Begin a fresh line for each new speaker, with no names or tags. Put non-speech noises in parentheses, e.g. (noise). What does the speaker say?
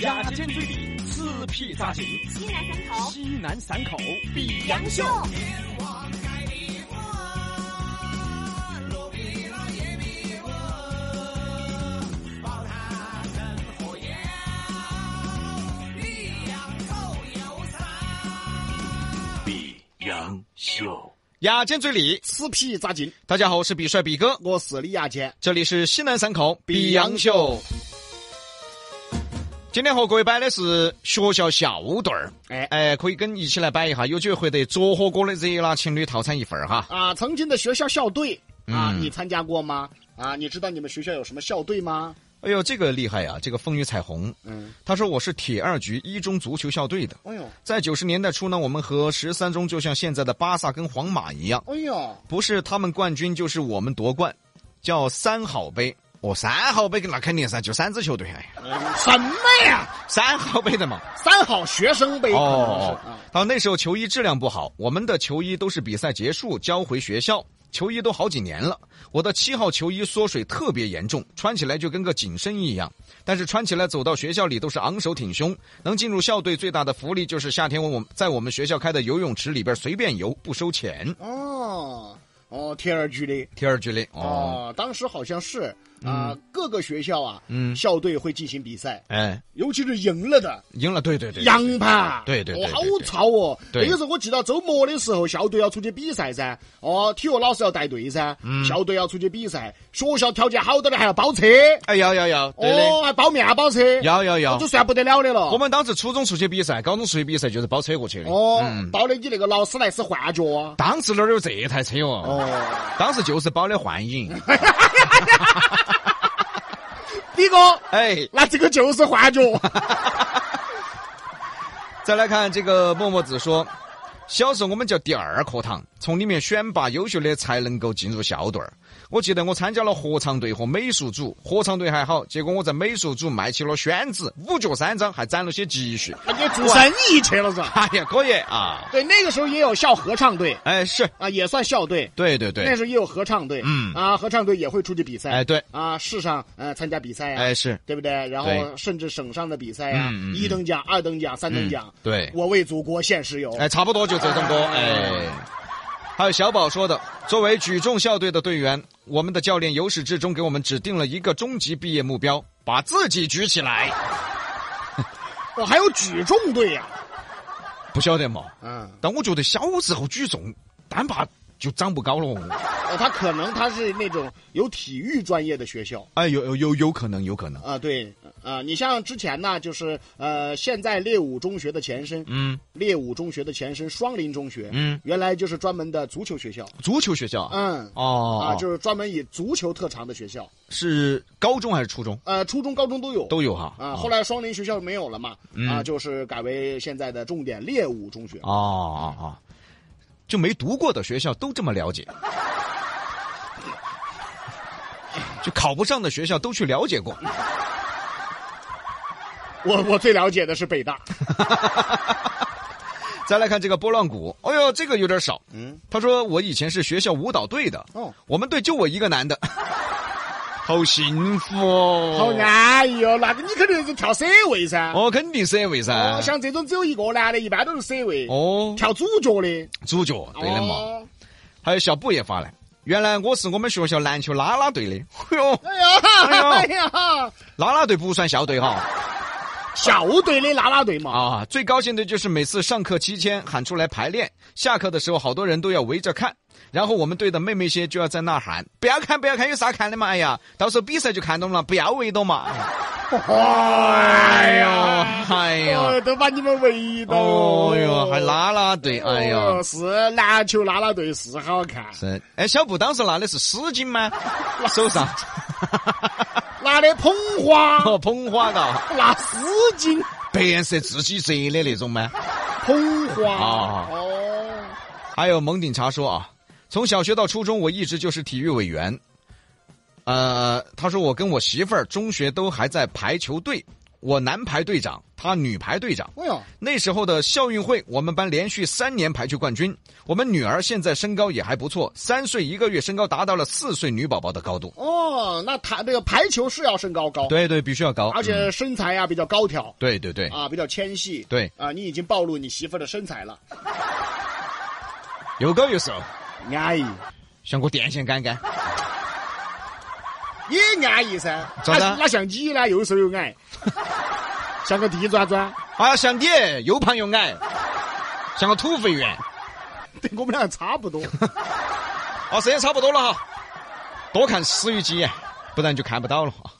压尖最底，四屁扎紧，
西南三口，
西南散口比
杨
杨
秀
秀。
比杨秀。
牙尖嘴里，
死皮扎筋，
大家好，我是比帅比哥，
我是李亚坚。
这里是西南三口比杨秀。今天和各位摆的是学校校队儿，
哎
哎，可以跟一起来摆一下，有机会获得左火锅的热辣情侣套餐一份儿哈。
啊，曾经的学校校队啊，
嗯
你参加过吗？啊，你知道你们学校有什么校队吗？
哎呦，这个厉害呀、这个风雨彩虹，
嗯，
他说我是铁二局一中足球校队的。
哎呦，
在九十年代初呢，我们和十三中就像现在的巴萨跟皇马一样，
哎呦，
不是他们冠军就是我们夺冠，叫三好杯。哦，三好杯那肯定噻，就三支球队，哎
嗯
呀，
什么呀？
三好杯
(laughs)
的嘛。
三好学生杯可能是
哦
啊，，
他说那时候球衣质量不好，我们的球衣都是比赛结束交回学校，球衣都好几年了。我的七号球衣缩水特别严重，穿起来就跟个紧身衣一样，但是穿起来走到学校里都是昂首挺胸。能进入校队最大的福利就是夏天我们在我们学校开的游泳池里边随便游，不收钱。
哦哦，铁二局的。
第二句嘞，哦，
哦，当时好像是啊、各个学校啊，
嗯
校队会进行比赛，
哎，
尤其是赢了的
赢了，对对对，
洋趴，
对对对
哦，好
对对
潮哦！
对
那个时候我记得周末的时候，校队要出去比赛噻，哦，体育老师要带队噻，
嗯
校队要出去比赛，学校条件好点的还要包车，
哎要要要，对的，
哦，还包面包车，
(laughs) 要要要
这。算不得了的了。
我们当时初中出去比赛，高中出去比赛就是包车过去的。
哦
嗯，
包的你那个劳斯莱斯幻觉，
当时哪儿有这一台车哟？哦
啊哦，
当时就是包的幻影，
李哥，
哎，
那这个就是
(laughs)
幻觉，
再来看这个默默子说，小时候我们叫第二课堂，从里面选拔优秀的才能够进入校队儿。我记得我参加了合唱队和美术组，合唱队还好，结果我在美术组卖起了宣纸，五角三张，还攒了些积蓄。 (laughs)
那你做生意去了是吧？
哎呀，可以啊，
对，那个时候也有校合唱队
哎是，
啊，也算校队。
对对
那
对，
时候也有合唱队，
嗯
啊，合唱队也会出去比赛，
哎对
啊，市上呃参加比赛呀、
哎是，
对不对？然
对
后甚至省上的比赛呀、
嗯嗯嗯
一等奖、二等奖、三等奖，
嗯对
我为祖国献石油，
哎差不多就这种歌，哎。还有小宝说的，作为举重校队的队员，我们的教练由始至终给我们指定了一个终极毕业目标，把自己举起来。
我哦还有举重队啊呀、
不晓得嘛，
嗯，
但我觉得小时候举重单把就长不高了。
呃他可能他是那种有体育专业的学校。
哎，有有有有可能，有可能。
啊，对，啊、你像之前呢，就是呃，现在烈武中学的前身，
嗯，
烈武中学的前身双林中学，
嗯，
原来就是专门的足球学校，
足球学校啊，
嗯，
哦，
啊，就是专门以足球特长的学校，
是高中还是初中
呃，初中、高中都有，
都哦嗯有哈。
啊，后来双林学校没有了嘛，啊，就是改为现在的重点猎武中学。
哦哦哦，就没读过的学校都这么了解， (laughs) 就考不上的学校都去了解过。
我我最了解的是北大，
再来看这个波浪鼓，哎呦，这个有点少。
嗯，
他说我以前是学校舞蹈队的，
哦，
我们队就我一个
(laughs)
男的，好幸福哦，
好安逸哦，那个你肯定是跳社位噻。
哦，肯定社会噻
哦，。像这种只有一个男的，一般都是社位。
哦，
跳主角的，
主角对的嘛。
哦
还有小布也发来，原来我是我们学校篮球啦啦队的。哎呦，
哎呀，
哎
哎呀，
啦啦队不算校队哈
校队的啦啦队嘛，
啊！最高兴的就是每次上课期间喊出来排练，下课的时候好多人都要围着看，然后我们队的妹妹些就要在那喊：不要看，不要看，有啥看的嘛？哎呀，到时候比赛就看懂了，不要围到嘛。
哎
哎呀，哎呀，
哦都把你们围到。
哦哟，还啦啦队，哎呀
哦，。是篮球啦啦队是好看，
是，哎，小布当时拿的是丝巾吗？手上， (laughs)
拿的捧花，
哦，捧花的，
拿丝巾。
(laughs) 白色自己折的那种吗？
捧
啊
花哦，
还有蒙警察说啊，从小学到初中，我一直就是体育委员。呃，他说我跟我媳妇儿中学都还在排球队，我男排队长，他女排队长。
哎呀，
那时候的校运会，我们班连续三年排去冠军。我们女儿现在身高也还不错，三岁一个月身高达到了四岁女宝宝的高度。
哦，那他这个排球是要身高高，
对对，必须要高，
而
嗯
且身材啊呀、比较高挑
对对对，
啊，比较纤细。
嗯对
啊，你已经暴露你媳妇儿的身材了。
有高有瘦，
安逸，
像个电线杆 (laughs) 杆。
也安逸噻。
咋的
那那像你呢，又瘦又
(laughs)
矮，像个地砖砖。
啊，像你又胖又矮，像个土肥圆。
(laughs) 对我们俩差不多。
哦啊，时间差不多了哈，多看《死鱼记》，不然就看不到了哈。